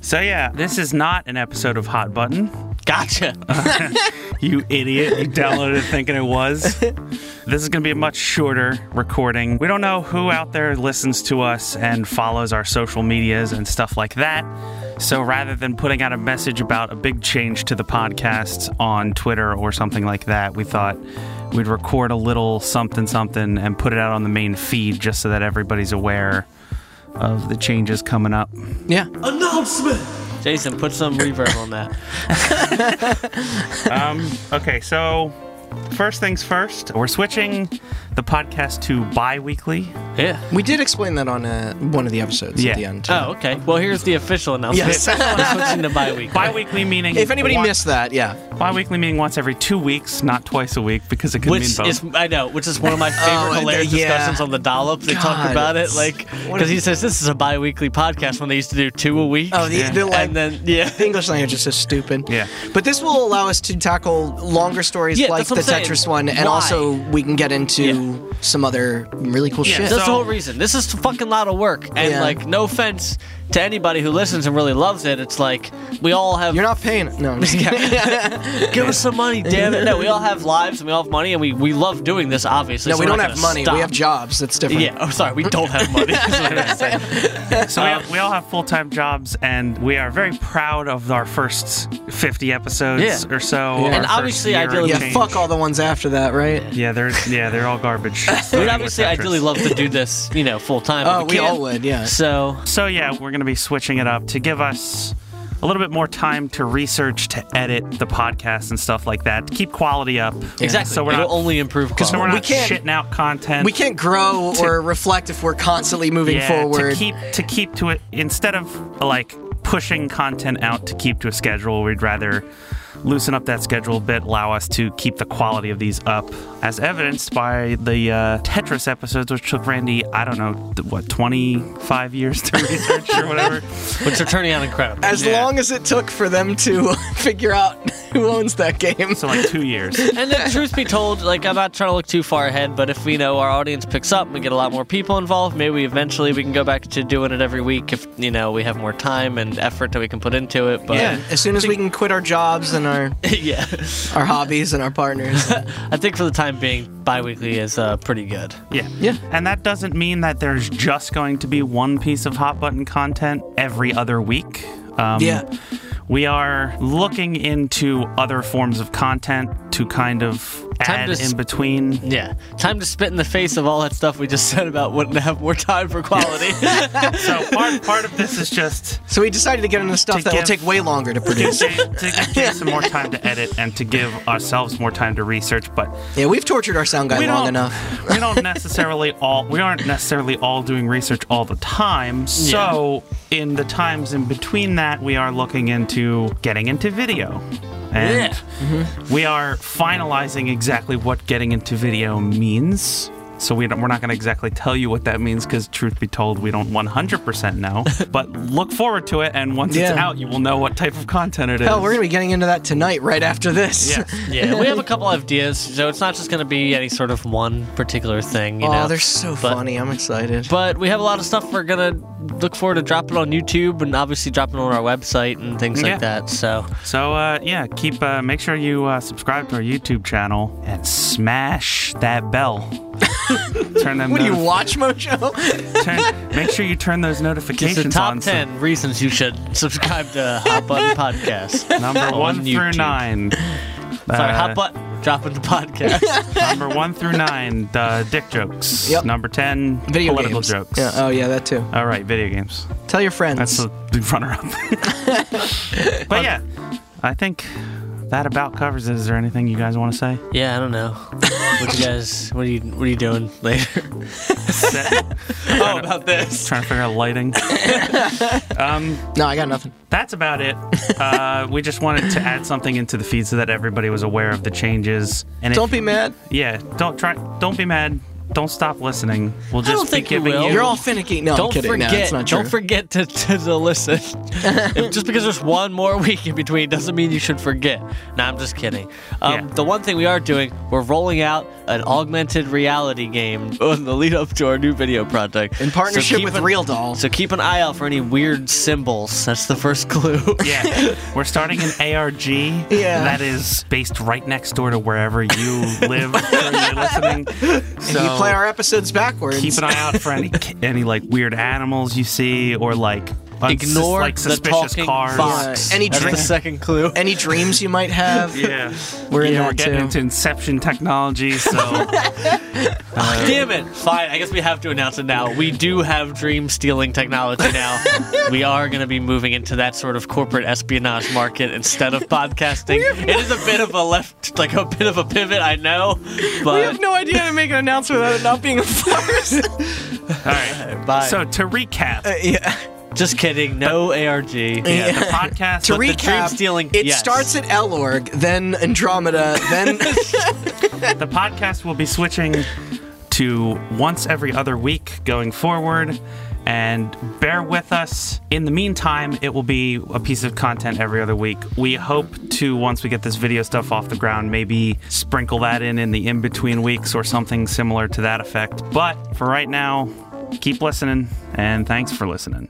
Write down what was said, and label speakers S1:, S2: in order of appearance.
S1: So yeah, this is not an episode of Hot Button.
S2: Gotcha.
S1: You idiot. You downloaded it thinking it was. This is going to be a much shorter recording. We don't know who out there listens to us and follows our social medias and stuff like that. So rather than putting out a message about a big change to the podcast on Twitter or something like that, we thought we'd record a little something something and put it out on the main feed just so that everybody's aware of the changes coming up.
S2: yeah.
S3: Announcement!
S2: Jason, put some reverb on that.
S1: Okay, so first things first, we're switching the podcast to bi weekly.
S2: Yeah.
S4: We did explain that on uh, one of the episodes
S1: Yeah.
S4: at the end.
S2: Oh, okay. Well, here's the official announcement.
S4: Yes.
S2: We're switching to bi-week.
S1: Bi weekly meaning.
S4: if anybody
S1: one-
S4: missed that, yeah.
S1: Bi weekly meaning once every two weeks, not twice a week, because it could
S2: Which
S1: mean both.
S2: is I know, which is one of my favorite
S4: Oh,
S2: hilarious
S4: yeah.
S2: discussions on the dollop. They talk
S4: God.
S2: about it like
S4: What
S2: because he says this is a bi-weekly podcast when they used to do two a week.
S4: Oh, the,
S1: Yeah.
S4: the like,
S2: and then yeah,
S4: the English language is so stupid.
S1: Yeah.
S4: But this will allow us to tackle longer stories
S2: Yeah,
S4: like
S2: that's
S4: the
S2: what I'm saying.
S4: Tetris one, and
S2: Why?
S4: also we can get into
S2: Yeah.
S4: some other really cool
S1: Yeah,
S4: shit.
S2: that's
S1: So-
S2: the whole reason. This is a fucking lot of work, and
S4: Yeah.
S2: like no offense to anybody who listens and really loves it, it's like we all have.
S4: You're not paying. No, I'm just kidding.
S2: give us some money, damn it! No, we all have lives and we all have money, and we we love doing this. Obviously,
S4: no,
S2: so
S4: we
S2: we're
S4: don't
S2: not
S4: have
S2: gonna
S4: money.
S2: stop.
S4: We have jobs. That's different.
S2: Yeah. Oh, sorry. We don't have money. is what I was saying.
S1: so we, have, we all have full time jobs, and we are very proud of our first 50 episodes
S2: Yeah.
S1: or so. our
S2: And
S1: first
S2: obviously,
S1: year
S2: ideally-
S1: and
S4: Yeah,
S1: change.
S4: fuck all the ones after that, right?
S1: Yeah, they're yeah, they're all garbage.
S2: We'd
S1: starting with
S2: obviously
S1: Tetris.
S2: ideally love to do this, you know, full time. but
S4: Oh, we
S2: can't.
S4: all would, yeah.
S2: So
S1: So yeah, we're gonna be switching it up to give us a little bit more time to research, to edit the podcast and stuff like that, to keep quality up.
S2: exactly,
S1: So we're
S2: it'll
S1: not
S2: only improve
S1: so we're
S2: quality.
S1: not
S4: We can't-
S1: shitting out content.
S4: We can't grow or reflect if we're constantly moving
S1: yeah,
S4: forward.
S1: to keep to keep to it instead of like pushing content out to keep to a schedule. We'd rather loosen up that schedule a bit, allow us to keep the quality of these up, as evidenced by the uh, Tetris episodes, which took Randy I don't know th- what twenty five years to research or whatever.
S2: which are turning out incredible.
S4: as
S1: Yeah.
S4: long as it took for them to figure out who owns that game.
S1: So like two years.
S2: and then, truth be told, like I'm not trying to look too far ahead, but if we know our audience picks up and we get a lot more people involved, maybe we eventually we can go back to doing it every week if you know we have more time and effort that we can put into it. But
S4: Yeah, as soon as we can quit our jobs and our
S2: yeah.
S4: our hobbies and our partners.
S2: I think for the time being, bi-weekly is uh, pretty good.
S1: Yeah.
S4: Yeah.
S1: And that doesn't mean that there's just going to be one piece of hot button content every other week. Um,
S4: Yeah.
S1: We are looking into other forms of content to kind of
S2: Time
S1: add
S2: to s-
S1: in between.
S2: Yeah, time to spit in the face of all that stuff we just said about wouldn't have more time for quality.
S1: So part part of this is just
S4: So we decided to get into stuff
S1: To
S4: that will
S1: give-
S4: take way longer to
S1: to,
S4: produce.
S1: to give Jason more time to edit and to give ourselves more time to research, but
S4: yeah, we've tortured our sound guy
S1: we
S4: long
S1: don't
S4: enough.
S1: we don't necessarily all we aren't necessarily all doing research all the time. So in the times in between that, we are looking into getting into video. And
S4: Mm-hmm.
S1: we are finalizing exactly what getting into video means. So we don't, we're not going to exactly tell you what that means because, truth be told, we don't 100% know. but look forward to it, and once it's
S4: Yeah.
S1: out, you will know what type of content it is.
S4: Hell, we're gonna be getting into that tonight, right after this.
S1: Yeah.
S2: Yeah, we have a couple ideas, so it's not just going to be any sort of one particular thing. You
S4: oh,
S2: know?
S4: they're so
S2: But-
S4: funny. I'm excited.
S2: But we have a lot of stuff we're going to look forward to dropping on YouTube and obviously dropping on our website and things
S1: Yeah.
S2: like that. So,
S1: So uh, yeah, keep uh, make sure you uh, subscribe to our YouTube channel and smash that bell. turn them.
S4: what do you
S1: notif-
S4: watch, Mojo?
S1: turn- make sure you turn those
S2: it's
S1: notifications
S2: the top
S1: on. so
S2: 10 reasons you should subscribe to Hot Button Podcast.
S1: number
S2: on
S1: one through
S2: YouTube.
S1: nine.
S2: Sorry,
S1: Uh,
S2: Hot Button, dropping the podcast.
S1: number one through nine, uh, dick jokes.
S4: Yep.
S1: Number ten,
S4: Video
S1: political
S4: games.
S1: jokes.
S4: Yeah. Oh yeah, that too.
S1: All right, video games.
S4: Tell your friends.
S1: That's the runner up. but yeah, I think that about covers it. Is there anything you guys want to say?
S2: yeah, I don't know. What you guys, what are you, what are you doing later? oh, about this.
S1: Trying to figure out lighting. Um,
S4: no, I got nothing.
S1: that's about it. Uh, we just wanted to add something into the feed so that everybody was aware of the changes. And if-
S4: Don't be mad.
S1: yeah, don't try. Don't be mad. don't stop listening. We'll just
S2: don't
S1: be
S2: think you
S1: giving
S2: will.
S1: you.
S2: You're
S4: You're all finicky. No,
S2: don't
S4: I'm kidding.
S2: forget.
S4: no, it's not true.
S2: Don't forget to, to, to listen. If- just because there's one more week in between doesn't mean you should forget. No, I'm just kidding. Um,
S1: Yeah.
S2: The one thing we are doing, we're rolling out an augmented reality game on the lead up to our new video project
S4: In partnership with
S2: Real
S4: Real Doll.
S2: So keep an eye out for any weird symbols. That's the first clue.
S1: yeah, we're starting an ARG
S4: Yeah.
S1: that is based right next door to wherever you live. where you're listening. So
S4: you play our episodes backwards.
S1: keep an eye out for any any like weird animals you see or like unsus-
S2: Ignore
S1: like
S2: the
S1: suspicious
S2: talking
S1: cars.
S2: fox.
S4: Yeah, any
S2: That's the
S4: drink-
S2: second clue.
S4: Any dreams you might have.
S1: Yeah,
S4: We're in
S1: yeah, we're
S4: that
S1: getting
S4: too.
S1: into Inception technology, so
S2: Damn it! Uh, Fine, I guess we have to announce it now. We do have dream stealing technology now. we are going to be moving into that sort of corporate espionage market instead of podcasting. It is a bit of a left, like a bit of a pivot, I know,
S4: We
S2: but
S4: have no idea how to make an announcement without it not being a farce.
S1: all right.
S2: bye.
S1: So to recap,
S4: yeah.
S2: just kidding. No ARG. Yeah.
S1: yeah, the podcast
S4: To
S1: but the-
S4: recap,
S2: dream-stealing-
S4: it
S2: yes.
S4: starts at Elorg, then Andromeda, then
S1: The podcast will be switching to once every other week going forward. And bear with us. In the meantime, it will be a piece of content every other week. We hope to, once we get this video stuff off the ground, maybe sprinkle that in in the in between weeks or something similar to that effect. But for right now, keep listening and thanks for listening.